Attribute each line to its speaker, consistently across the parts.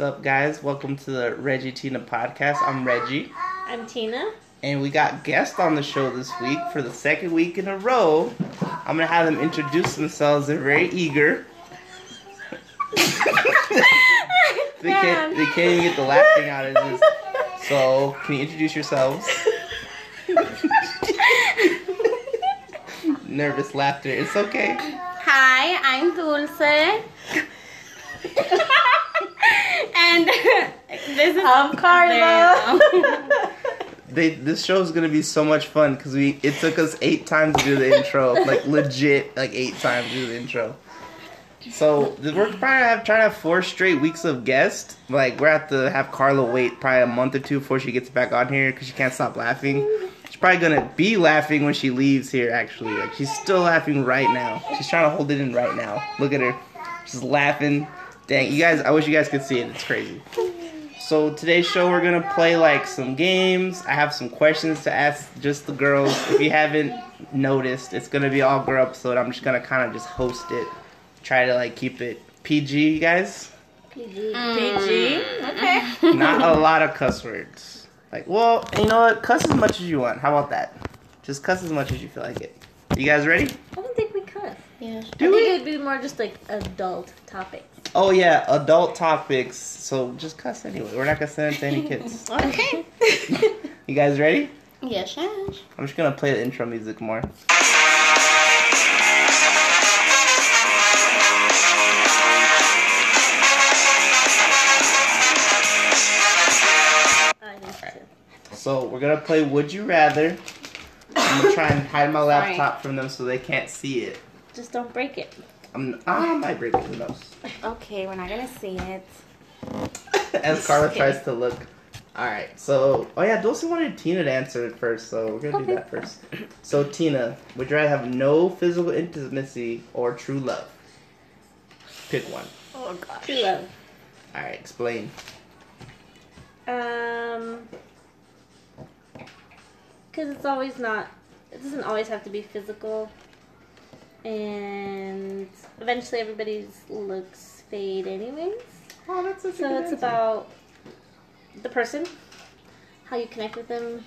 Speaker 1: up, guys? Welcome to the Reggie Tina podcast. I'm Reggie,
Speaker 2: I'm Tina.
Speaker 1: and we got guests on the show this week for the second week in a row. I'm gonna have them introduce themselves. They're very eager. They can't. They can't even get the laughing out of this. So, can you introduce yourselves? Nervous laughter. It's okay.
Speaker 3: Hi, I'm Dulce. and this is
Speaker 2: I'm Carla.
Speaker 1: They, this show is gonna be so much fun because we it took us eight times to do the intro, like legit, like eight times to do the intro. So th- we're probably have, trying to have four straight weeks of guests. Like we're have to have Carla wait probably a month or two before she gets back on here because she can't stop laughing. She's probably gonna be laughing when she leaves here. Actually, like she's still laughing right now. She's trying to hold it in right now. Look at her, she's laughing. Dang, you guys! I wish you guys could see it. It's crazy. So today's show we're gonna play like some games. I have some questions to ask just the girls. If you haven't noticed, it's gonna be all girl episode. I'm just gonna kind of just host it, try to like keep it PG, you guys.
Speaker 2: PG. PG.
Speaker 3: Mm.
Speaker 2: Okay.
Speaker 1: Not a lot of cuss words. Like, well, you know what? Cuss as much as you want. How about that? Just cuss as much as you feel like it. You guys ready?
Speaker 2: I don't think we could.
Speaker 3: yeah.
Speaker 1: Do
Speaker 2: I think
Speaker 1: we?
Speaker 2: it would be more just like adult topic.
Speaker 1: Oh yeah, adult topics. So just cuss anyway. We're not gonna send it to any kids.
Speaker 3: Okay.
Speaker 1: You guys ready?
Speaker 3: yes, yes.
Speaker 1: I'm just gonna play the intro music more.
Speaker 2: I need to.
Speaker 1: So we're gonna play Would You Rather. I'm gonna try and hide my laptop from them so they can't see it.
Speaker 2: Just don't break it.
Speaker 1: I'm ah, I might break it, who knows?
Speaker 3: Okay, we're not gonna see it.
Speaker 1: As Carla tries to look. Alright, so oh yeah, Dulce wanted Tina to answer it first, so we're gonna do that first. So Tina, would you rather have no physical intimacy or true love? Pick one.
Speaker 3: Oh gosh.
Speaker 2: True love.
Speaker 1: Alright, explain.
Speaker 2: Um, because it's always not. It doesn't always have to be physical. And eventually, everybody's looks fade, anyways.
Speaker 1: Oh that's such a
Speaker 2: So
Speaker 1: good
Speaker 2: it's
Speaker 1: answer.
Speaker 2: about the person, how you connect with them.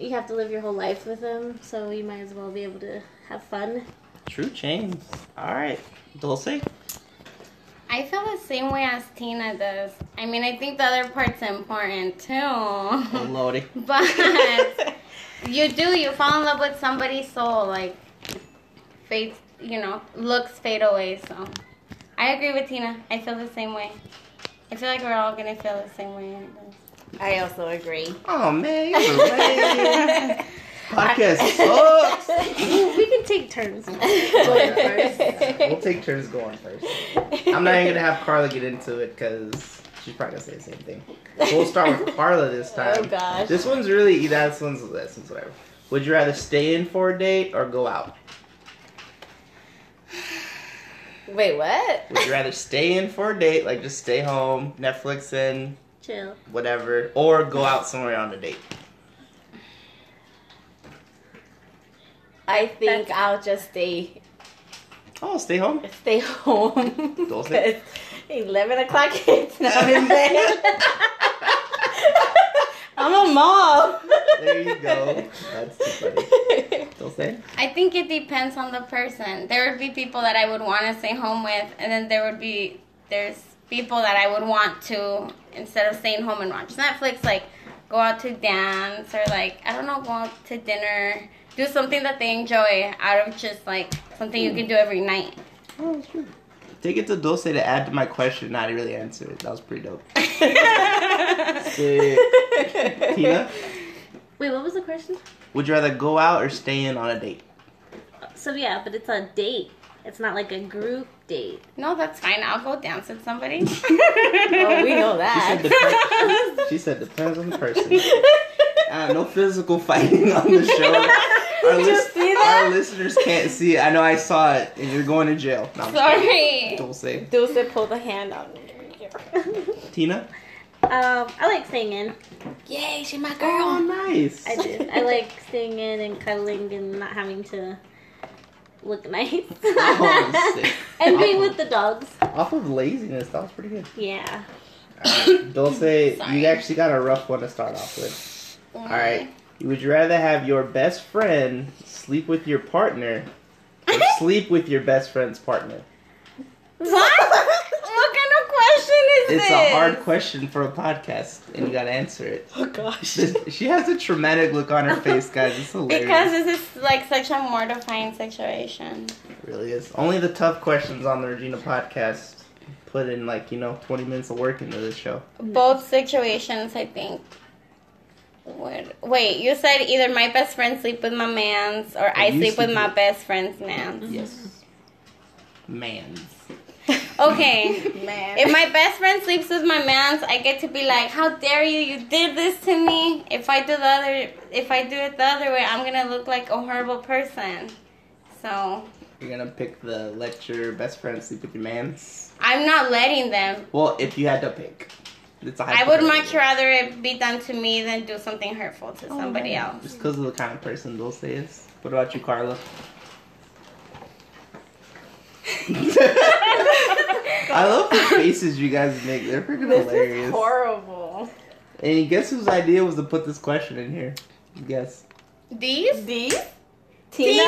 Speaker 2: You have to live your whole life with them, so you might as well be able to have fun.
Speaker 1: True change. Alright. Dulce?
Speaker 3: I feel the same way as Tina does. I mean, I think the other part's important
Speaker 1: Oh
Speaker 3: too.
Speaker 1: lordy.
Speaker 3: but you do, you fall in love with somebody's soul, like fades, you know, looks fade away. So I agree with Tina. I feel the same way. I feel like we're all gonna feel the same way.
Speaker 4: I also agree.
Speaker 1: Oh man, you're lame. Podcast sucks.
Speaker 2: we can take turns.
Speaker 1: We'll take turns going first. I'm not even gonna have Carla get into it because she's probably gonna say the same thing. We'll start with Carla this time.
Speaker 4: Oh, gosh.
Speaker 1: This one's really this one's this one's whatever. Would you rather stay in for a date or go out?
Speaker 4: Wait, what?
Speaker 1: Would you rather stay in for a date, like just stay home, Netflix in,
Speaker 2: Chill.
Speaker 1: whatever, or go out somewhere on a date?
Speaker 4: I think I'll just stay
Speaker 1: Oh, stay home.
Speaker 4: stay home.
Speaker 1: Dulce?
Speaker 4: 'Cause Eleven o'clock. It's not I'm a mom.
Speaker 1: There you go. That's too funny. Don't say.
Speaker 3: I think it depends on the person. There would be people that I would want to stay home with, and then there would be there's people that I would want to instead of staying home and watch Netflix, like go out to dance or like I don't know, go out to dinner, do something that they enjoy out of just like something you can do every night.
Speaker 1: Oh, sure. Take it to Dulce to add to my question, not really answer it. That was pretty dope. Sick. Tina,
Speaker 2: Wait, what was the question?
Speaker 1: would you rather go out or stay in on a date?
Speaker 2: So yeah, but it's a date. It's not like a group date.
Speaker 3: No, that's fine. I'll go dance with somebody.
Speaker 4: oh, we know
Speaker 1: She said,
Speaker 4: that.
Speaker 1: depends, she said depends on the person. Uh, no physical fighting on the show. Our, lis-
Speaker 4: see
Speaker 1: our listeners can't see. it. I know I saw it, and you're going to jail. No, I'm just
Speaker 3: Sorry.
Speaker 1: kidding. Don't say.
Speaker 4: Dulce pulled a hand on me.
Speaker 1: Tina.
Speaker 2: Um, I like staying in.
Speaker 3: Yay, she's my
Speaker 1: Oh, nice.
Speaker 2: I do. I like staying in and cuddling and not having to look nice.
Speaker 1: Oh, sick.
Speaker 2: and being with the dogs.
Speaker 1: Off of laziness, that was pretty good.
Speaker 2: Yeah.
Speaker 1: Dulce, you
Speaker 3: Sorry.
Speaker 1: actually got a rough one to start off with. All right. Would you rather have your best friend sleep with your partner or sleep with your best friend's partner?
Speaker 3: What? what kind of question is
Speaker 1: It's
Speaker 3: this?
Speaker 1: a hard question for a podcast, and you gotta answer it.
Speaker 4: Oh gosh.
Speaker 1: she has a traumatic look on her face, guys. It's hilarious.
Speaker 3: Because this is like such a mortifying situation.
Speaker 1: it really is. Only the tough questions on the Regina podcast put in like you know 20 minutes of work into this show.
Speaker 2: Mm.
Speaker 3: Both situations, I think. Would, wait, you said either my best friend sleep with my man's or I
Speaker 1: you
Speaker 3: sleep with
Speaker 1: sleep
Speaker 3: my
Speaker 1: with-
Speaker 3: best friend's man's.
Speaker 1: Yes. Man's.
Speaker 3: Okay.
Speaker 4: Man.
Speaker 3: If my best friend sleeps with my man's, I get to be like, "How dare you? You did this to me." If I do the other, if I do it the other way, I'm gonna look like a horrible person. So
Speaker 1: You're gonna pick the let your best friend sleep with your man's.
Speaker 3: I'm not letting them.
Speaker 1: Well, if you had to pick, it's a
Speaker 3: I would
Speaker 1: hypothetical.
Speaker 3: much rather it be done to me than do something hurtful
Speaker 4: Oh
Speaker 3: to somebody else.
Speaker 1: Just because of the kind of person Dulce is. What about you, Carla? I love the faces you guys make. They're freaking
Speaker 4: this
Speaker 1: hilarious.
Speaker 4: is horrible.
Speaker 1: and guess whose idea was to put this question in here? Guess.
Speaker 3: These?
Speaker 4: D.
Speaker 2: okay,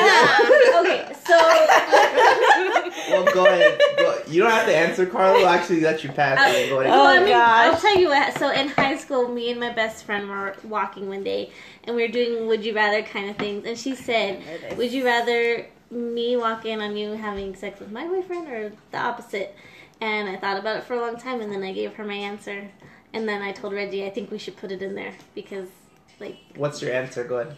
Speaker 2: so uh,
Speaker 1: Well, go ahead. Go- you don't have to answer, Carla. We'll actually let you pass. it. Go ahead.
Speaker 4: Oh,
Speaker 2: well, I mean,
Speaker 4: gosh.
Speaker 2: I'll tell you what. So in high school, me and my best friend were walking one day, and we were doing would you rather kind of things, and she said,
Speaker 4: oh.
Speaker 2: "Would you rather me walk in on you having sex with my boyfriend or the opposite?" And I thought about it for a long time, and then I gave her my answer, and then I told Reggie, "I think we should put it in there because." Like
Speaker 1: What's your answer? Go ahead.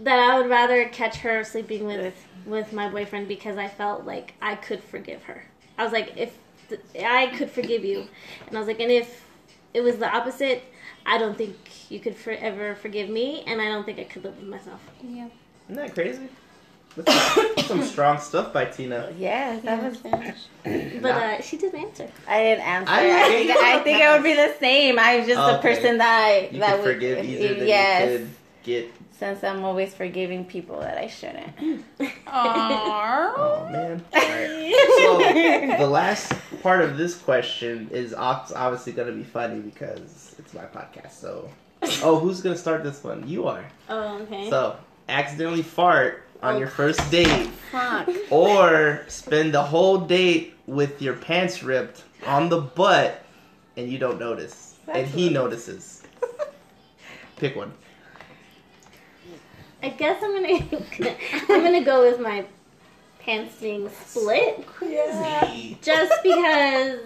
Speaker 2: that, I would rather catch her sleeping with with my boyfriend because I felt like I could forgive her. I was like, if th- I could forgive you, and I was like, and if it was the opposite, I don't think you could forever forgive me, and I don't think I could live with myself.
Speaker 3: Yeah.
Speaker 1: Isn't that crazy? That's some strong stuff by Tina.
Speaker 4: Yes, that was.
Speaker 2: But uh, she did answer.
Speaker 4: I didn't answer.
Speaker 1: I
Speaker 4: I,
Speaker 1: like
Speaker 4: think,
Speaker 1: it.
Speaker 4: I think it would be the same. I'm just the
Speaker 1: Okay.
Speaker 4: person that I,
Speaker 1: You
Speaker 4: that
Speaker 1: could
Speaker 4: would
Speaker 1: forgive easier than
Speaker 4: yes,
Speaker 1: you could get.
Speaker 4: since I'm always forgiving people that I shouldn't.
Speaker 3: Aww.
Speaker 1: Oh man. All right. So the last part of this question is ob- obviously going to be funny because it's my podcast. So, oh, who's going to start this one? You are.
Speaker 2: Oh, okay.
Speaker 1: So, accidentally fart on
Speaker 4: Oh.
Speaker 1: your first date,
Speaker 3: Fuck.
Speaker 1: or spend the whole date with your pants ripped on the butt, and you don't notice, and he notices. Pick one.
Speaker 2: I guess I'm gonna I'm gonna go with my pants being split Uh,
Speaker 4: Yeah.
Speaker 2: just because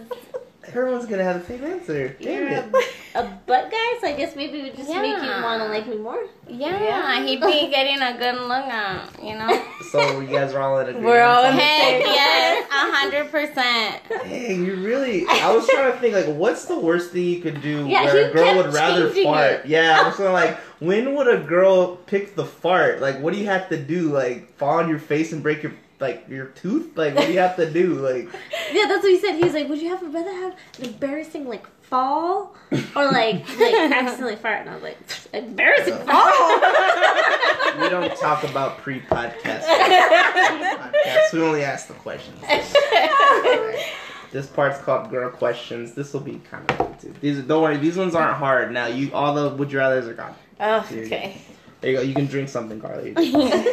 Speaker 1: Everyone's gonna have the same answer. Damn
Speaker 2: You're
Speaker 1: it.
Speaker 2: a butt guy. So I guess maybe it would just make you
Speaker 3: Yeah.
Speaker 2: want to like me more.
Speaker 3: Yeah,
Speaker 4: Yeah.
Speaker 3: he'd be getting a good look at, you know?
Speaker 1: So you guys are all in agreement.
Speaker 4: We're all in
Speaker 1: Hey,
Speaker 3: Heck yes, a hundred percent.
Speaker 1: Dang, you really. I was trying to think, like, what's the worst thing you could do
Speaker 2: Yeah,
Speaker 1: where
Speaker 2: he
Speaker 1: a girl
Speaker 2: kept
Speaker 1: would rather
Speaker 2: changing
Speaker 1: fart?
Speaker 2: it.
Speaker 1: Yeah, I was going like, when would a girl pick the fart? Like, what do you have to do? Like, fall on your face and break your like your tooth? Like, what do you have to do? Like,
Speaker 2: Yeah, that's what he said. He's like, would you have rather have an embarrassing like fall or like like accidentally fart? And I was like, embarrassing fall.
Speaker 1: we don't talk about pre-podcast. podcasts. We only ask the questions. This part's called girl questions. This will be kind of fun too. These don't worry, these ones aren't hard. Now you all the would you rather's are gone.
Speaker 4: oh, okay.
Speaker 1: There you go. You can drink something, Carly. All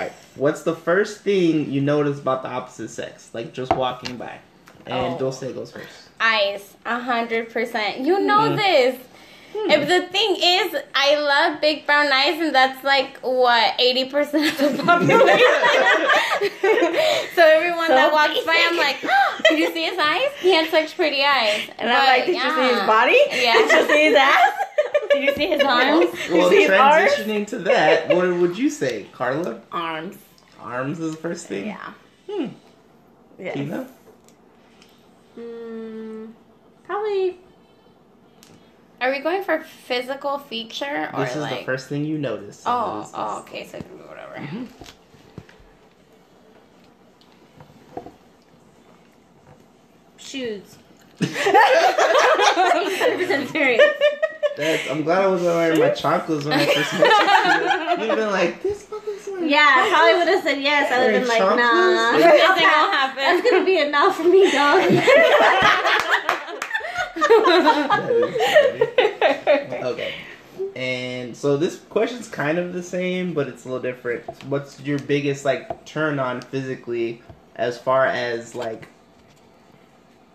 Speaker 1: right. What's the first thing you notice about the opposite sex? Like just walking by. And
Speaker 4: Oh.
Speaker 1: Dulce goes first.
Speaker 3: Eyes, a hundred percent. You know
Speaker 4: Hmm.
Speaker 3: this. If the thing is, I love big brown eyes, and that's like what eighty percent of the population. so everyone
Speaker 4: So
Speaker 3: that walks by,
Speaker 4: basic.
Speaker 3: I'm like, oh, "Did you see his eyes? He had such pretty eyes."
Speaker 4: And I'm like,
Speaker 3: But,
Speaker 4: did you see his
Speaker 3: yeah.
Speaker 4: body?
Speaker 3: Yeah.
Speaker 4: Did you see his ass? Did you see his
Speaker 3: arms?
Speaker 1: Well,
Speaker 4: see his arms?
Speaker 1: transitioning to that, what would you say, Carla?
Speaker 4: Arms.
Speaker 1: Arms is the first thing.
Speaker 4: Yeah.
Speaker 1: Hmm.
Speaker 4: Yes.
Speaker 1: Tina?
Speaker 2: mm, probably
Speaker 3: Are we going for physical feature or
Speaker 1: this is
Speaker 3: like?
Speaker 1: the first thing you notice.
Speaker 3: oh,
Speaker 1: What
Speaker 3: oh,
Speaker 1: is
Speaker 3: okay. So it can be whatever.
Speaker 2: shoes. percent serious.
Speaker 1: this? That's, I'm glad I wasn't wearing my chanclas when I first met you. You've been like, this fucker's wearing
Speaker 2: Yeah, I probably would have said yes. I would have been like,
Speaker 1: Chompers?
Speaker 2: nah.
Speaker 1: Yeah.
Speaker 3: Nothing will
Speaker 2: That's
Speaker 3: happen.
Speaker 2: gonna be enough for me, dog.
Speaker 1: That is funny. okay. And so this question's kind of the same, but it's a little different. What's your biggest like turn on physically as far as like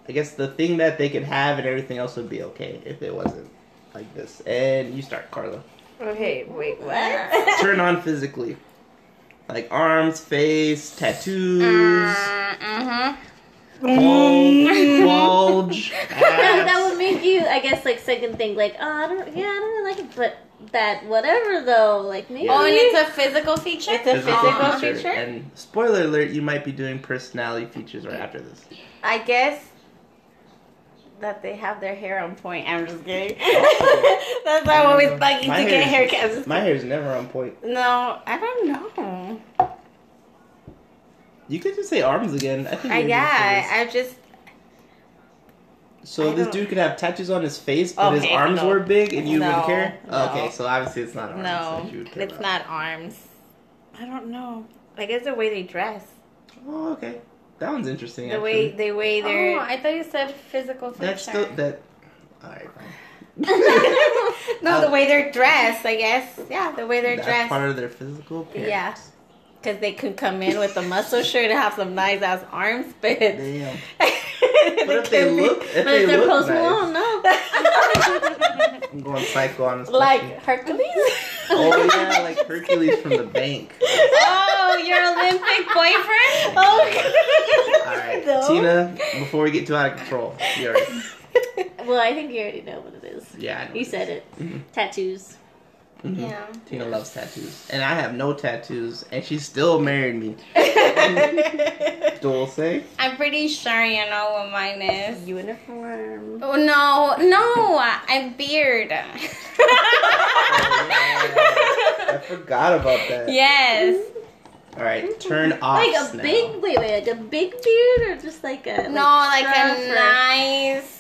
Speaker 1: I guess the thing that they could have and everything else would be okay if it wasn't like this. And you start, Carla.
Speaker 4: Okay, wait, what?
Speaker 3: what?
Speaker 1: Turn on physically. Like arms, face, tattoos,
Speaker 3: Mm-hmm.
Speaker 4: Mm.
Speaker 1: bulge, bulge,
Speaker 2: that
Speaker 1: abs.
Speaker 2: would make you, I guess, like second thing, like, oh, I don't, yeah, I don't really like it, but that whatever though, like maybe.
Speaker 3: Oh, and it's a physical feature.
Speaker 4: It's a
Speaker 1: Physical
Speaker 4: physical
Speaker 3: feature.
Speaker 4: feature?
Speaker 1: And spoiler alert, you might be doing personality features right after this.
Speaker 4: I guess that they have their hair on point. I'm just kidding. That's why I'm always bugging
Speaker 1: Oh. My
Speaker 4: to get
Speaker 1: hair is-
Speaker 4: haircuts.
Speaker 1: My hair's never on point.
Speaker 4: no, I don't know.
Speaker 1: You could just say arms again. I think.
Speaker 4: I,
Speaker 1: you're gonna
Speaker 4: yeah,
Speaker 1: say
Speaker 4: I, I just
Speaker 1: this. so
Speaker 4: I
Speaker 1: this
Speaker 4: don't- Oh,
Speaker 1: dude could have tattoos on his face, but his
Speaker 4: Okay,
Speaker 1: arms
Speaker 4: no.
Speaker 1: were big, and you
Speaker 4: No,
Speaker 1: wouldn't care.
Speaker 4: no.
Speaker 1: Okay, so obviously it's not arms.
Speaker 4: no.
Speaker 1: that you would care
Speaker 4: It's
Speaker 1: about.
Speaker 4: not arms. I don't know. I guess the way they dress,
Speaker 1: Oh, okay. That one's interesting.
Speaker 4: the
Speaker 1: actually.
Speaker 4: way they way their
Speaker 3: Oh, I thought you said physical feature.
Speaker 1: that's the that. All right.
Speaker 4: no,
Speaker 1: Oh.
Speaker 4: the way they're dressed. I guess yeah, the way they're
Speaker 1: That's
Speaker 4: dressed.
Speaker 1: part of their physical appearance.
Speaker 4: Yeah. Because they could come in with a muscle shirt and have some nice ass arms, but they
Speaker 1: Damn. But
Speaker 4: can't
Speaker 1: if they
Speaker 4: be-
Speaker 1: look, if
Speaker 2: but if
Speaker 1: they
Speaker 2: they're
Speaker 1: look
Speaker 2: post
Speaker 1: nice,
Speaker 2: Malone, no.
Speaker 1: I'm going psycho on this.
Speaker 4: like
Speaker 1: question.
Speaker 4: Hercules.
Speaker 1: oh yeah, like Hercules from the bank.
Speaker 3: oh, your Olympic boyfriend?
Speaker 4: Oh,
Speaker 1: All right,
Speaker 4: No.
Speaker 1: Tina. Before we get too out of control, yours.
Speaker 2: Well, I think you already know what it is.
Speaker 1: Yeah, I know
Speaker 2: You said it.
Speaker 1: Mm-hmm.
Speaker 2: Tattoos.
Speaker 1: Mhm.
Speaker 3: Yeah.
Speaker 1: Tina loves tattoos, and I have no tattoos, and she still married me. Mm. Dulce.
Speaker 3: I'm pretty sure you know what mine is.
Speaker 4: Uniform.
Speaker 3: Oh, no, no, I'm beard.
Speaker 1: I forgot about that.
Speaker 3: yes.
Speaker 1: All right, turn off.
Speaker 2: like a big, wait, wait, like a big beard or just like a.
Speaker 3: No, like
Speaker 2: scruff
Speaker 3: a
Speaker 2: or-
Speaker 3: nice,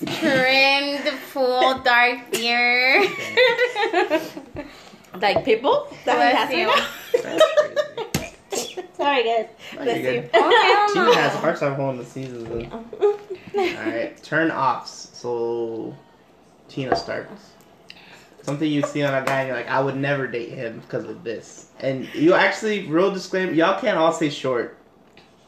Speaker 3: trimmed, full, dark beard.
Speaker 4: Like people?
Speaker 3: Bless you.
Speaker 1: That's crazy.
Speaker 2: Sorry, guys.
Speaker 1: Oh,
Speaker 4: Bless
Speaker 1: you're good.
Speaker 4: you.
Speaker 3: Oh, hell
Speaker 1: Tina
Speaker 3: no.
Speaker 1: has a hard time holding the seasons. In. All right, turn offs. So, Tina starts. Something you see on a guy and you're like, I would never date him because of this. And you actually, real disclaimer, y'all can't all say short.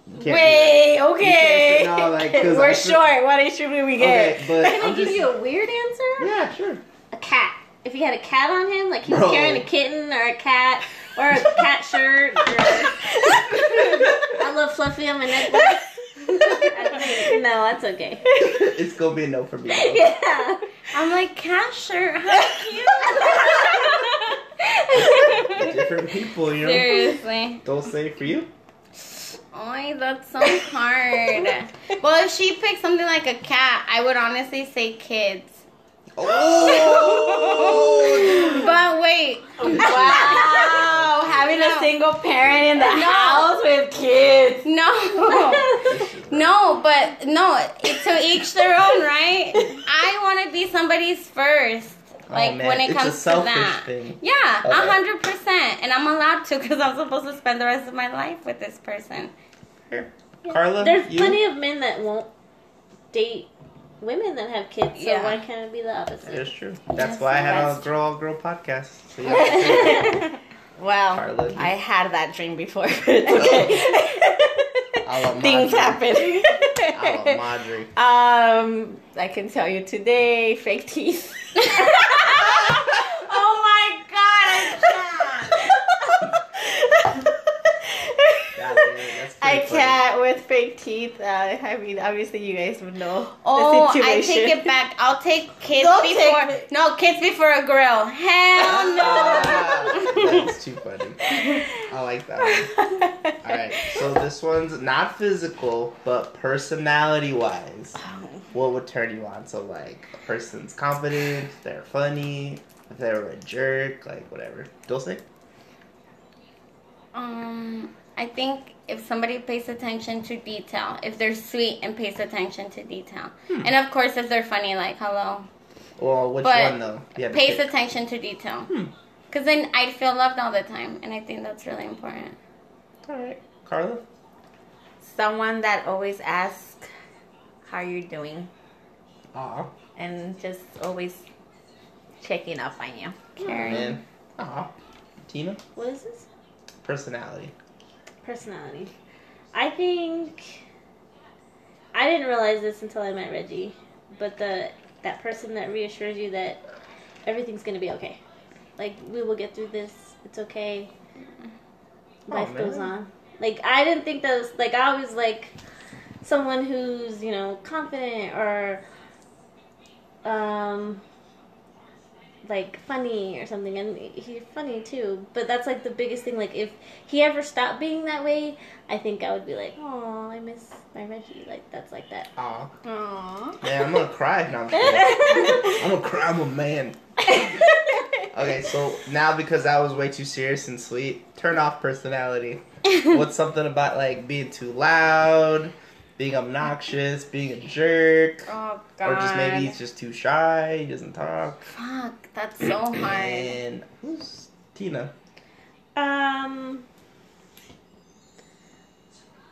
Speaker 1: You can't do that.
Speaker 4: Wait,
Speaker 1: You
Speaker 4: okay.
Speaker 1: can't say no, like, 'cause
Speaker 4: We're
Speaker 1: I feel-
Speaker 4: short. What issue do we
Speaker 1: Okay,
Speaker 4: get?
Speaker 1: but
Speaker 2: Can I
Speaker 1: I'm
Speaker 2: give
Speaker 1: just-
Speaker 2: you a weird answer?
Speaker 1: yeah, sure.
Speaker 2: A cat. If he had a cat on him, like he was
Speaker 1: Bro.
Speaker 2: carrying a kitten or a cat or a cat shirt. Or... I love fluffy on my necklace. I think- no, that's okay.
Speaker 1: it's gonna be a no for me. though.
Speaker 2: Yeah.
Speaker 3: I'm like, cashier, how cute.
Speaker 1: Different people, you know.
Speaker 3: Seriously.
Speaker 1: Don't say for you.
Speaker 3: Oh, that's so hard. well, if she picked something like a cat, I would honestly say kids.
Speaker 1: Oh,
Speaker 3: But wait,
Speaker 4: Wow, having a
Speaker 3: No.
Speaker 4: single parent in the
Speaker 3: No.
Speaker 4: house with kids.
Speaker 3: no, no, but no, it's to each their own, right? I want to be somebody's first, like
Speaker 1: Oh, man,
Speaker 3: when it
Speaker 1: it's
Speaker 3: comes
Speaker 1: a selfish
Speaker 3: to that.
Speaker 1: thing.
Speaker 3: Yeah,
Speaker 1: Okay.
Speaker 3: a hundred percent, and I'm allowed to because I'm supposed to spend the rest of my life with this person.
Speaker 1: Carla,
Speaker 2: There's
Speaker 1: you?
Speaker 2: plenty of men that won't date women that have kids, so
Speaker 3: Yeah.
Speaker 2: why can't it be the opposite?
Speaker 1: That's true. That's why I had a
Speaker 3: that's
Speaker 1: girl all girl podcast. So yeah.
Speaker 4: Well,
Speaker 1: Carla, you-
Speaker 4: I had that dream before. It's okay.
Speaker 1: A la
Speaker 4: Things
Speaker 1: Madre.
Speaker 4: happen.
Speaker 1: I love Madre.
Speaker 4: Um, I can tell you today, fake teeth.
Speaker 3: oh my god!
Speaker 1: God damn it, that's
Speaker 4: I
Speaker 1: pretty
Speaker 4: can't with fake teeth. Uh, I mean, obviously, you guys would know
Speaker 3: Oh,
Speaker 4: the
Speaker 3: I
Speaker 4: situation.
Speaker 3: take it back. I'll take kids
Speaker 4: Don't take
Speaker 3: before
Speaker 4: it.
Speaker 3: no kids before a grill.
Speaker 2: Oh,
Speaker 3: Hell no.
Speaker 1: That's too funny. I like that one. All right, so this one's not physical, but personality-wise,
Speaker 2: Oh.
Speaker 1: what would turn you on? So like, a person's confident, if they're funny, if they were a jerk, like whatever. Dulce.
Speaker 3: um, I think if somebody pays attention to detail, if they're sweet and pays attention to detail, and of course if they're funny, like hello,
Speaker 1: Well, which
Speaker 3: But
Speaker 1: one though? You have to
Speaker 3: pays
Speaker 1: pick.
Speaker 3: attention to detail. Cause then I'd feel loved all the time, and I think that's really important.
Speaker 1: All right, Carla.
Speaker 4: Someone that always asks how you're doing
Speaker 1: Aw,
Speaker 4: and just always checking up on you.
Speaker 3: Karen.
Speaker 1: man. Aw, Tina.
Speaker 2: What is this?
Speaker 1: Personality.
Speaker 2: Personality. I think I didn't realize this until I met Reggie, but the that person that reassures you that everything's gonna be okay, like we will get through this. It's okay. Life
Speaker 1: Oh,
Speaker 2: goes
Speaker 1: man.
Speaker 2: on. Like I didn't think that was like I always like someone who's you know confident or um like funny or something and he's funny too but that's like the biggest thing like if he ever stopped being that way i think i would be like oh i miss my reggie like that's like that
Speaker 1: Aw,
Speaker 4: Aww.
Speaker 1: man, I'm gonna cry. No, I'm, just kidding.
Speaker 2: i
Speaker 1: I'm gonna cry. I'm a man. Okay, so now because that was way too serious and sweet, turn off personality. What's something about like being too loud, being obnoxious, being a jerk,
Speaker 3: Oh God.
Speaker 1: or just maybe he's just too shy, he doesn't talk.
Speaker 3: Fuck, that's so hard.
Speaker 1: And who's Tina?
Speaker 2: um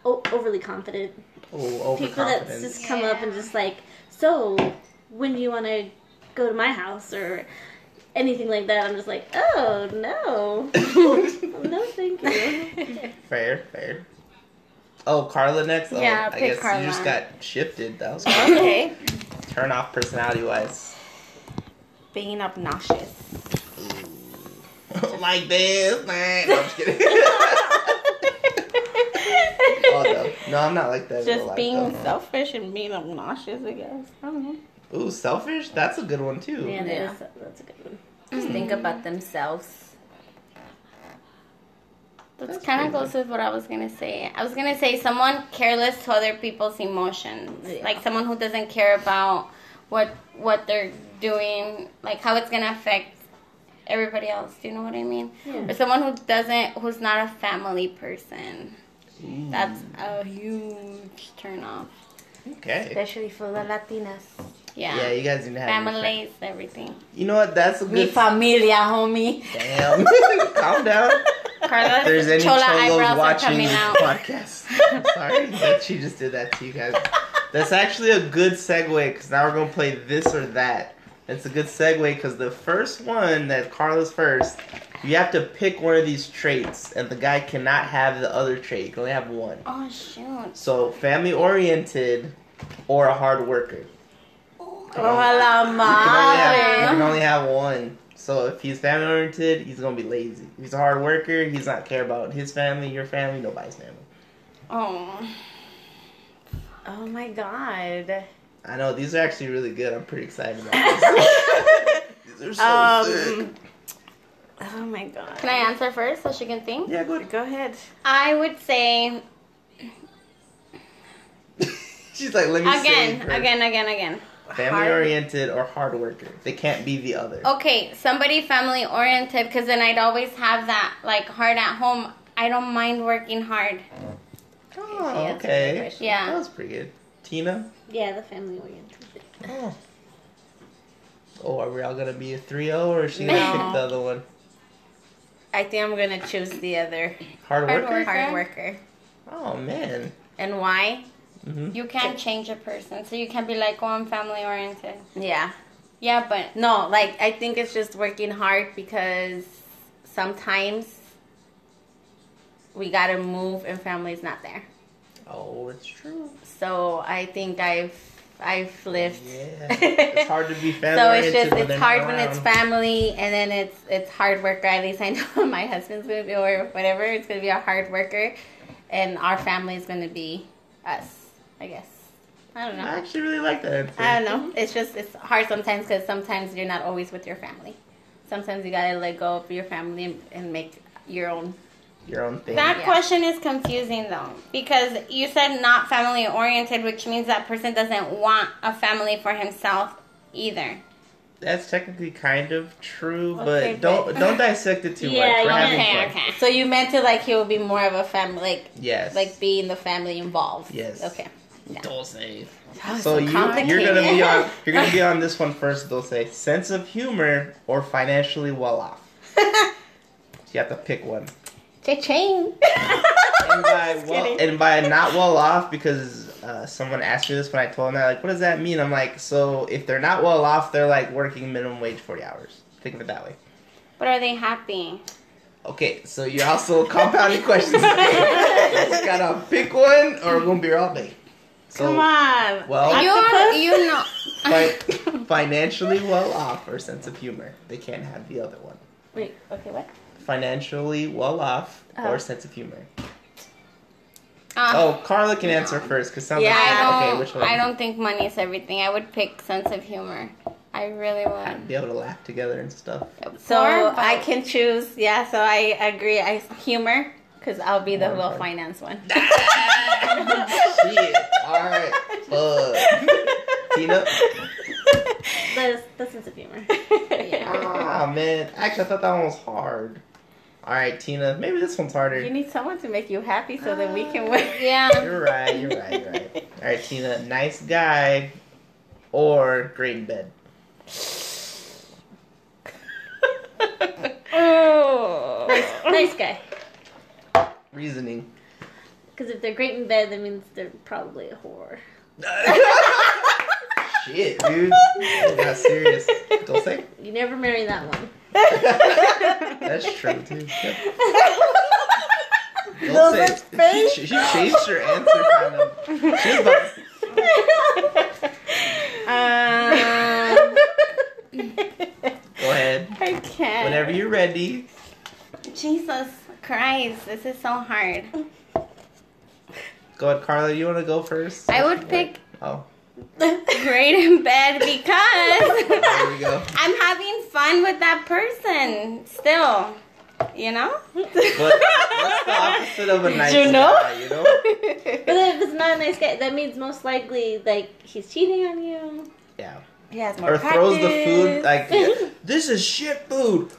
Speaker 2: o- overly confident
Speaker 1: Oh,
Speaker 2: people that just
Speaker 1: overconfident.
Speaker 2: come up and
Speaker 3: Yeah.
Speaker 2: just like, so when do you want to go to my house or anything like that? I'm just like, oh no, no, thank you.
Speaker 1: fair, fair. Oh, Carla next. Oh,
Speaker 3: Yeah,
Speaker 1: I
Speaker 3: pick
Speaker 1: guess you just got
Speaker 3: Carla.
Speaker 1: shifted. That was
Speaker 3: okay.
Speaker 1: turn off personality wise.
Speaker 4: Being obnoxious.
Speaker 1: like this, man. No, I'm just kidding. oh, no. no, I'm not like that. in real
Speaker 4: Just
Speaker 1: life,
Speaker 4: being
Speaker 1: though.
Speaker 4: selfish and being obnoxious, I guess. I don't know.
Speaker 1: Ooh, selfish? That's a good one too.
Speaker 2: Yeah, that
Speaker 4: Yeah.
Speaker 2: is- that's a good one.
Speaker 4: Just think about themselves.
Speaker 3: That's
Speaker 1: That's
Speaker 3: kind
Speaker 1: pretty
Speaker 3: of close with what I was gonna say. I was gonna say someone careless to other people's emotions,
Speaker 4: Yeah.
Speaker 3: like someone who doesn't care about what what they're doing, like how it's gonna affect everybody else. Do you know what I mean? Or someone who doesn't, who's not a family person.
Speaker 1: Ooh,
Speaker 3: That's a huge turn off.
Speaker 1: okay.
Speaker 4: Especially for the Latinas.
Speaker 3: Yeah.
Speaker 1: Yeah, you guys need to have your fam-
Speaker 3: Families, everything.
Speaker 1: You know what? That's a
Speaker 4: Mi
Speaker 1: good.
Speaker 4: familia, homie.
Speaker 1: Damn. Calm down.
Speaker 3: Carla's
Speaker 1: If there's any
Speaker 3: chola
Speaker 1: cholos
Speaker 3: eyebrows are
Speaker 1: watching
Speaker 3: coming
Speaker 1: this
Speaker 3: out.
Speaker 1: podcast, I'm sorry that she just did that to you guys. That's actually a good segue because now we're gonna play this or that. It's a good segue because the first one that Carla's first, you have to pick one of these traits, and the guy cannot have the other trait. You can only have one.
Speaker 3: Oh shoot!
Speaker 1: So family oriented or a hard worker.
Speaker 4: Hola,
Speaker 1: You can, only have, you
Speaker 4: madre.
Speaker 1: can only have one. So if he's family oriented, he's gonna be lazy. If he's a hard worker, he's not care about his family, your family, nobody's family.
Speaker 3: Oh,
Speaker 4: Oh my god.
Speaker 1: I know these are actually really good. I'm pretty excited about this. these are so sick.
Speaker 4: um. Oh my god.
Speaker 3: can I answer first so she can think?
Speaker 1: Yeah, good.
Speaker 4: Go ahead.
Speaker 3: I would say
Speaker 1: She's like, let me say
Speaker 3: again,
Speaker 1: first.
Speaker 3: again, again, again.
Speaker 1: Family
Speaker 4: Hard-
Speaker 1: oriented or hard worker. They can't be the other.
Speaker 4: Oh,
Speaker 3: Okay, somebody family oriented because then I'd always have that like hard at home. I don't mind working hard.
Speaker 1: Oh,
Speaker 4: answered the
Speaker 1: okay.
Speaker 4: question.
Speaker 1: That
Speaker 3: Yeah.
Speaker 1: was pretty good. Tina.
Speaker 2: Yeah, the family oriented.
Speaker 1: Oh. Oh, are we all gonna be a 3-0 or is she gonna
Speaker 3: No.
Speaker 1: pick the other one?
Speaker 4: I think I'm gonna choose the other
Speaker 1: Hard
Speaker 3: Hard
Speaker 1: worker.
Speaker 3: worker.
Speaker 4: hard worker.
Speaker 1: Oh man.
Speaker 4: And why?
Speaker 1: hmm
Speaker 3: You can change a person, so you can be like, "Oh, I'm family oriented."
Speaker 4: Yeah.
Speaker 3: Yeah, but
Speaker 4: No, like I think it's just working hard because sometimes we gotta move and family's not there.
Speaker 1: Oh, it's true.
Speaker 4: So I think I've I've lived.
Speaker 1: Yeah. it's hard to be family
Speaker 4: so it's
Speaker 1: oriented.
Speaker 4: just
Speaker 1: when
Speaker 4: it's
Speaker 1: they're
Speaker 4: hard
Speaker 1: not
Speaker 4: when it's
Speaker 1: around.
Speaker 4: family and then it's it's hard worker at least i know my husband's gonna be or whatever it's gonna be a hard worker and our family's gonna be us i guess i don't
Speaker 1: I
Speaker 4: know
Speaker 1: actually really like that. answer.
Speaker 4: i don't
Speaker 3: Mm-hmm.
Speaker 4: know it's just it's hard sometimes because sometimes you're not always with your family sometimes you gotta let go of your family and, and make your own
Speaker 1: Your own thing.
Speaker 3: that
Speaker 4: Yeah.
Speaker 3: question is confusing though because you said not family oriented, which means that person doesn't want a family for himself either.
Speaker 1: That's technically kind of true,
Speaker 4: Okay,
Speaker 1: but don't
Speaker 4: but-
Speaker 1: don't dissect it too
Speaker 2: Yeah,
Speaker 1: much. We're
Speaker 2: yeah.
Speaker 1: having
Speaker 3: Okay,
Speaker 1: fun.
Speaker 3: okay.
Speaker 4: so you meant to like he will be more of a family like
Speaker 1: Yes.
Speaker 4: like being the family involved
Speaker 1: Yes.
Speaker 4: okay
Speaker 1: Dulce.
Speaker 4: Oh, it's
Speaker 1: So
Speaker 4: so
Speaker 1: you, you're gonna be
Speaker 4: complicated.
Speaker 1: on you're gonna be on this one first, Dulce. Sense of humor or financially well off. you have to pick one.
Speaker 4: cha-ching
Speaker 1: and by
Speaker 4: Just
Speaker 1: well,
Speaker 4: kidding.
Speaker 1: and by not well off because uh, someone asked me this when I told them that like what does that mean? I'm like so if they're not well off, they're like working minimum wage forty hours. Think of it that way.
Speaker 3: But are they happy?
Speaker 1: Okay, so you're also compounding questions. Just gotta pick one, or we're gonna be here all day. So,
Speaker 4: Come on.
Speaker 1: Well,
Speaker 3: You're,
Speaker 4: Octopus?
Speaker 3: you know.
Speaker 1: fi- financially well off or sense of humor. They can't have the other one.
Speaker 4: Wait, okay, what?
Speaker 1: Financially well off
Speaker 4: Oh.
Speaker 1: or sense of humor.
Speaker 3: Uh,
Speaker 1: Oh, Carla can answer first because sounds
Speaker 4: Yeah,
Speaker 1: like
Speaker 3: I
Speaker 1: okay.
Speaker 3: don't.
Speaker 1: Which one?
Speaker 3: I don't think money is everything. I would pick sense of humor. I really
Speaker 1: I'd
Speaker 3: would.
Speaker 1: be able to laugh together and stuff.
Speaker 4: So
Speaker 3: Poor, but-
Speaker 4: I can choose. Yeah, so I agree. I humor because I'll be the
Speaker 1: Poor,
Speaker 4: well
Speaker 1: but-
Speaker 4: finance one.
Speaker 1: Shit. All right. Fuck. Tina.
Speaker 2: The, the sense of humor.
Speaker 4: yeah.
Speaker 1: Ah man. Actually, I thought that one was hard. All right, Tina. Maybe this one's harder.
Speaker 4: You need someone to make you happy so that we
Speaker 1: Uh,
Speaker 4: can win.
Speaker 3: Yeah.
Speaker 1: You're right. You're right. You're right. All right, Tina. Nice guy, or great in bed.
Speaker 3: Oh.
Speaker 2: nice guy.
Speaker 1: Reasoning.
Speaker 2: Because if they're great in bed, that means they're probably a whore.
Speaker 1: Shit, dude. I got serious. Don't say.
Speaker 2: You never marry that one.
Speaker 1: That's true, too. Yep.
Speaker 4: Those
Speaker 1: Don't
Speaker 4: are
Speaker 1: say.
Speaker 4: fake.
Speaker 1: She, she changed her answer kind of. She was about to-
Speaker 4: um,
Speaker 1: Go ahead.
Speaker 4: I can't.
Speaker 1: Whenever you're ready.
Speaker 3: Jesus Christ, this is so hard.
Speaker 1: Go ahead, Carla. You want to go first?
Speaker 3: I would pick
Speaker 1: Oh,
Speaker 3: great in bed because
Speaker 1: there we go.
Speaker 3: I'm having fun with that person still. You know?
Speaker 1: But what's the opposite of a nice
Speaker 4: you know?
Speaker 1: guy? You know?
Speaker 2: But if it's not a nice guy, that means most likely, like, he's cheating on you.
Speaker 1: Yeah.
Speaker 4: He has more
Speaker 1: or throws the food
Speaker 4: practice.
Speaker 1: like this is shit food.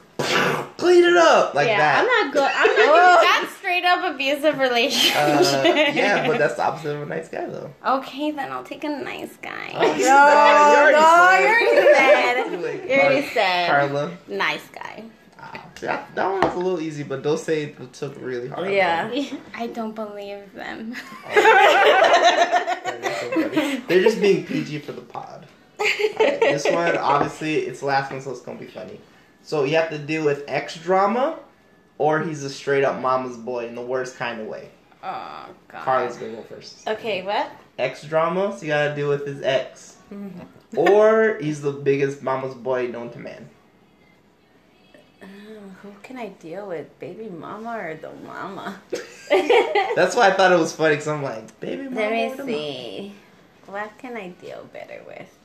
Speaker 1: Clean it up like
Speaker 2: yeah,
Speaker 1: that.
Speaker 2: I'm not good. I'm not
Speaker 4: Oh.
Speaker 3: That's straight up abusive relationship.
Speaker 1: uh, yeah, but that's the opposite of a nice guy though.
Speaker 3: okay, then I'll take a nice
Speaker 1: Oh,
Speaker 3: guy.
Speaker 1: you
Speaker 4: no,
Speaker 1: said it.
Speaker 4: you're
Speaker 1: Like,
Speaker 4: You already
Speaker 1: Car-
Speaker 4: said
Speaker 1: Carla.
Speaker 4: nice guy.
Speaker 1: Ah, that, that one was a little easy, but don't say it took really hard.
Speaker 4: Yeah.
Speaker 2: good.
Speaker 3: I don't believe them.
Speaker 1: That is so funny. They're just being PG for the pod. Alright, this one, obviously, it's the last one, so it's gonna be funny. So you have to deal with ex drama, or he's a straight up mama's boy in the worst kind of way.
Speaker 3: Oh god.
Speaker 1: Carla's gonna go first.
Speaker 4: Okay, what?
Speaker 1: Ex drama, so you gotta deal with his ex.
Speaker 4: Mm-hmm.
Speaker 1: or he's the biggest mama's boy known to man.
Speaker 4: Oh, who can I deal with? Baby mama or the mama?
Speaker 1: That's why I thought it was funny, because I'm like, baby, mama,
Speaker 4: Let
Speaker 1: what
Speaker 4: me
Speaker 1: am I-
Speaker 4: see. What can I deal better with?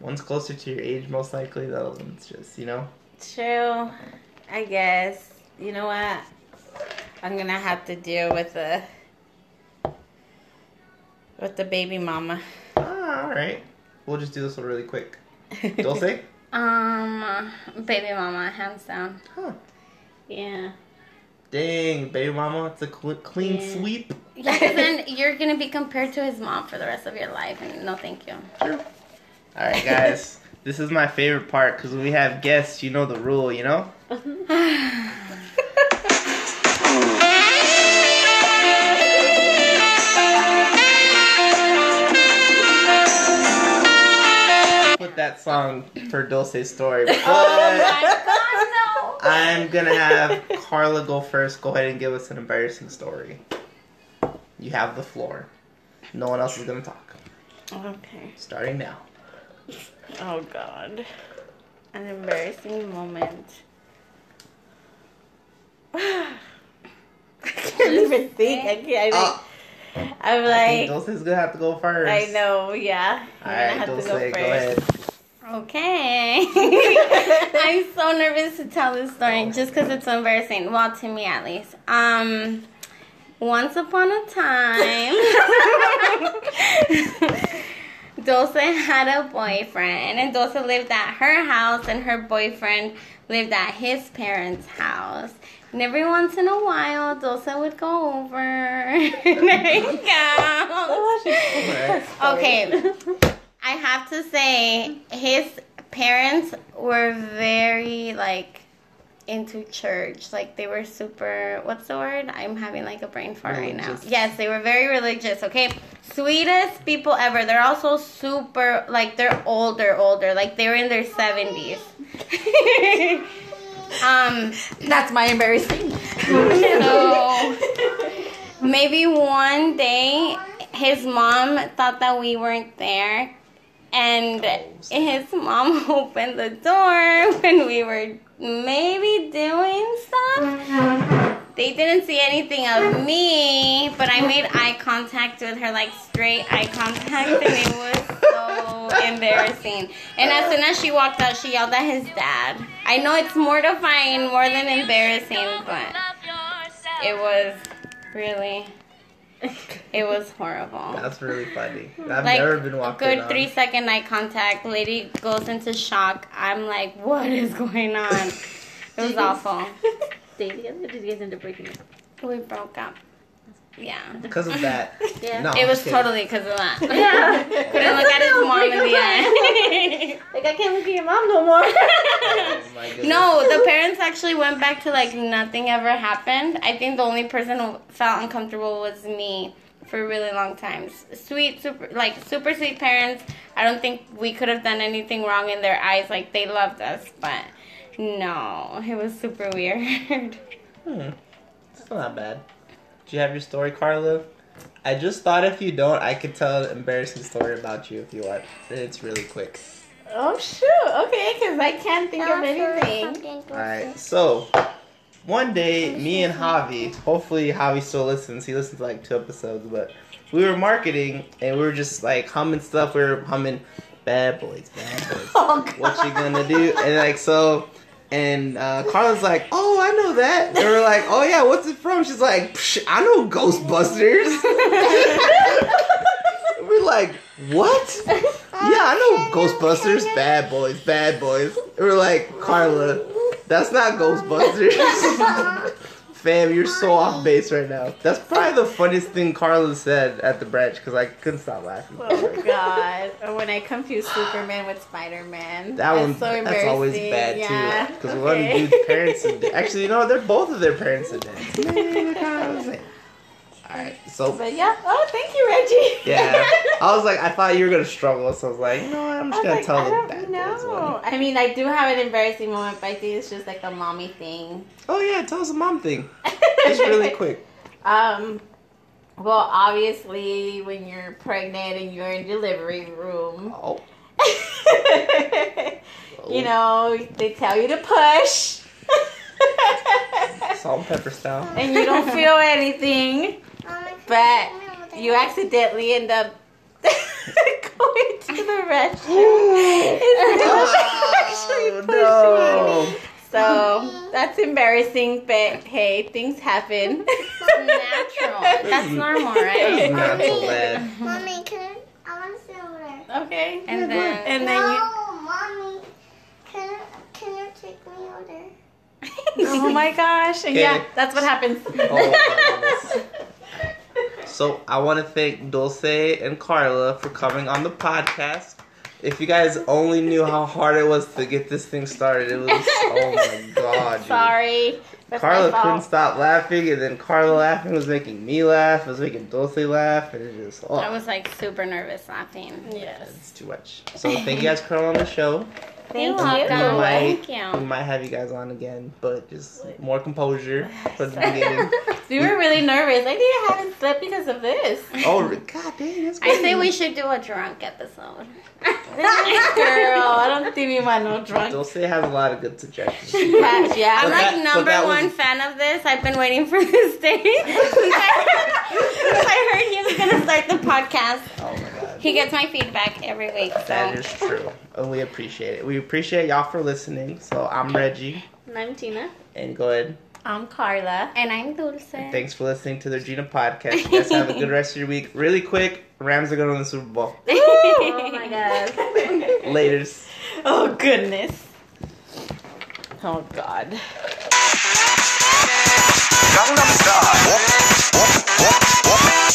Speaker 1: One's closer to your age, most likely. The other one's just, you know.
Speaker 4: True, I guess. You know what? I'm gonna have to deal with the with the baby mama.
Speaker 1: Ah, all right. We'll just do this one really quick. Don't say.
Speaker 3: Um baby mama, hands down.
Speaker 1: Huh.
Speaker 2: Yeah.
Speaker 1: Dang, baby mama, it's a cl- clean
Speaker 2: Yeah.
Speaker 1: sweep.
Speaker 3: Yeah, 'cause then you're gonna be compared to his mom for the rest of your life and no thank you.
Speaker 1: True. All right, guys. this is my favorite part because when we have guests, you know the rule, you know? Put that song for Dulce's story. But
Speaker 3: Oh no.
Speaker 1: I'm gonna have Carla go first. Go ahead and give us an embarrassing story. You have the floor. No one else is gonna talk.
Speaker 4: Okay.
Speaker 1: Starting now.
Speaker 4: Oh God. An embarrassing moment. I can't even think. I can't.
Speaker 1: Oh,
Speaker 4: I'm
Speaker 1: I think
Speaker 4: like.
Speaker 1: Dulce's gonna have to go first.
Speaker 4: I know. Yeah.
Speaker 1: All right,
Speaker 4: I'm gonna
Speaker 1: Dulce,
Speaker 4: have
Speaker 1: go,
Speaker 4: to go
Speaker 1: ahead.
Speaker 3: Okay. I'm so nervous to tell this
Speaker 4: Oh.
Speaker 3: story just because it's so embarrassing. Well, to me at least. Um, once upon a time, Dulce had a boyfriend, and Dulce lived at her house, and her boyfriend lived at his parents' house. And every once in a while, Dulce would go over. there you go.
Speaker 1: All right.
Speaker 3: Okay. I have to say his parents were very like into church. Like they were super. What's the word? I'm having like a brain fart right
Speaker 1: Religious.
Speaker 3: now. Yes, they were very religious. Okay, sweetest people ever. They're also super. Like they're older, older. Like they were in their seventies. um.
Speaker 4: That's my embarrassing.
Speaker 3: So maybe one day his mom thought that we weren't there and his mom opened the door when we were maybe doing stuff. They didn't see anything of me, but I made eye contact with her, like straight eye contact, and it was so embarrassing. And as soon as she walked out, she yelled at his dad. I know it's mortifying more than embarrassing, but it was really, it was horrible
Speaker 1: That's really funny. I've
Speaker 3: like
Speaker 1: never been
Speaker 3: a
Speaker 1: walked in
Speaker 3: good
Speaker 1: on.
Speaker 3: three second eye contact. Lady goes into shock. I'm like, what is going on? It was awful.
Speaker 2: Stay together. Or did you guys end up breaking up?
Speaker 3: We broke up. Yeah.
Speaker 1: Because of that.
Speaker 2: Yeah.
Speaker 1: No,
Speaker 3: It
Speaker 1: I'm
Speaker 3: was
Speaker 1: kidding.
Speaker 3: totally because of that.
Speaker 2: Yeah.
Speaker 3: Couldn't look at his mom in the eye.
Speaker 2: like I can't look at your mom no more.
Speaker 1: Oh my goodness.
Speaker 3: no, the parents actually went back to like nothing ever happened. I think the only person who felt uncomfortable was me for a really long time. Sweet, super, like super sweet parents. I don't think we could have done anything wrong in their eyes. Like they loved us, but no, it was super weird.
Speaker 1: Hmm. That's not bad. Do you have your story, Carla? I just thought if you don't, I could tell an embarrassing story about you if you want. It's really quick.
Speaker 4: Oh shoot. Okay, because I can't think of anything.
Speaker 1: Alright, so one day, me and Javi, hopefully Javi still listens. He listens to like two episodes, but we were marketing and we were just like humming stuff. We were humming bad boys, bad boys.
Speaker 4: Oh, God.
Speaker 1: what you gonna do? And like so, and uh, Carla's like, oh, I know that. And we're like, oh yeah, what's it from? She's like, Psh, I know Ghostbusters. we're like, what? Yeah, I know Ghostbusters. Bad boys, bad boys. And we're like, Carla, that's not Ghostbusters. Fam, you're so off base right now. That's probably the funniest thing Carla said at the branch because I couldn't stop laughing.
Speaker 4: Oh god! Or when I confuse Superman with Spider Man.
Speaker 1: That one, that's always bad too. Because one dude's parents are dead. Actually, you know, what? they're both of their parents are dead. Man, look how I was like- Alright, so
Speaker 4: But yeah. Oh, thank you, Reggie.
Speaker 1: yeah, I was like, I thought you were gonna struggle, so I was like, no, I'm just
Speaker 4: I was
Speaker 1: gonna
Speaker 4: like,
Speaker 1: tell
Speaker 4: I
Speaker 1: them
Speaker 4: don't
Speaker 1: that.
Speaker 4: know. I mean, I do have an embarrassing moment, but I think it's just like a mommy thing.
Speaker 1: Oh yeah, tell us a mom thing. It's really quick.
Speaker 4: Um, well, obviously, when you're pregnant and you're in delivery room,
Speaker 1: Oh,
Speaker 4: you
Speaker 1: Oh.
Speaker 4: know they tell you to push,
Speaker 1: salt and pepper style.
Speaker 4: and you don't feel anything, but you accidentally end up going to the restroom instead of actually
Speaker 1: Oh,
Speaker 4: pushing.
Speaker 1: no.
Speaker 4: So that's embarrassing, but hey, things happen.
Speaker 3: natural. That's normal, right?
Speaker 1: It's not so bad.
Speaker 5: Mommy, can I, I want silver.
Speaker 4: Okay.
Speaker 3: And then
Speaker 4: And
Speaker 5: No,
Speaker 4: then you.
Speaker 5: mommy, can I, can you take me over?
Speaker 4: Oh my gosh. And yeah,
Speaker 1: Okay.
Speaker 4: that's what happens.
Speaker 1: Oh, my goodness. So I want to thank Dulce and Carla for coming on the podcast. If you guys only knew how hard it was to get this thing started, it was oh my god. dude.
Speaker 4: Sorry. That's
Speaker 1: Carla
Speaker 4: my
Speaker 1: couldn't
Speaker 4: fault.
Speaker 1: stop laughing, and then Carla laughing was making me laugh, was making Dulce laugh, and it just oh,
Speaker 3: I was like super nervous laughing.
Speaker 4: Yes.
Speaker 1: it's too much. So thank you guys for coming on the show.
Speaker 4: Thank
Speaker 3: You're
Speaker 4: you.
Speaker 3: welcome.
Speaker 1: Right.
Speaker 3: Thank
Speaker 1: We
Speaker 3: you.
Speaker 1: might have you guys on again, but just more composure for the beginning.
Speaker 4: We were really nervous. I think I haven't slept because of this.
Speaker 1: Oh god dang, that's
Speaker 3: I
Speaker 1: crazy.
Speaker 3: say we should do a drunk episode.
Speaker 4: Girl, I don't think we want no drunk
Speaker 1: Dulce has a lot of good suggestions.
Speaker 4: patch.
Speaker 3: I'm
Speaker 1: But
Speaker 4: Yeah.
Speaker 1: that-
Speaker 3: like
Speaker 1: but
Speaker 3: number
Speaker 1: that was-
Speaker 3: one fan of this. I've been waiting for this day since I, since I heard he was gonna start the podcast.
Speaker 1: Oh my god.
Speaker 3: He gets my feedback every week,
Speaker 1: That
Speaker 3: so
Speaker 1: is true. And we appreciate it. We appreciate y'all for listening. So I'm Reggie.
Speaker 2: And I'm Tina.
Speaker 1: And go ahead.
Speaker 4: I'm Carla.
Speaker 3: and I'm Dulce.
Speaker 1: Thanks for listening to the Regina podcast. You guys have a good rest of your week. Really quick, Rams are going to the Super Bowl.
Speaker 2: Oh my god.
Speaker 1: Laters.
Speaker 4: Oh goodness. Oh god.
Speaker 6: Gangnam Style. Whoop, whoop, whoop, whoop.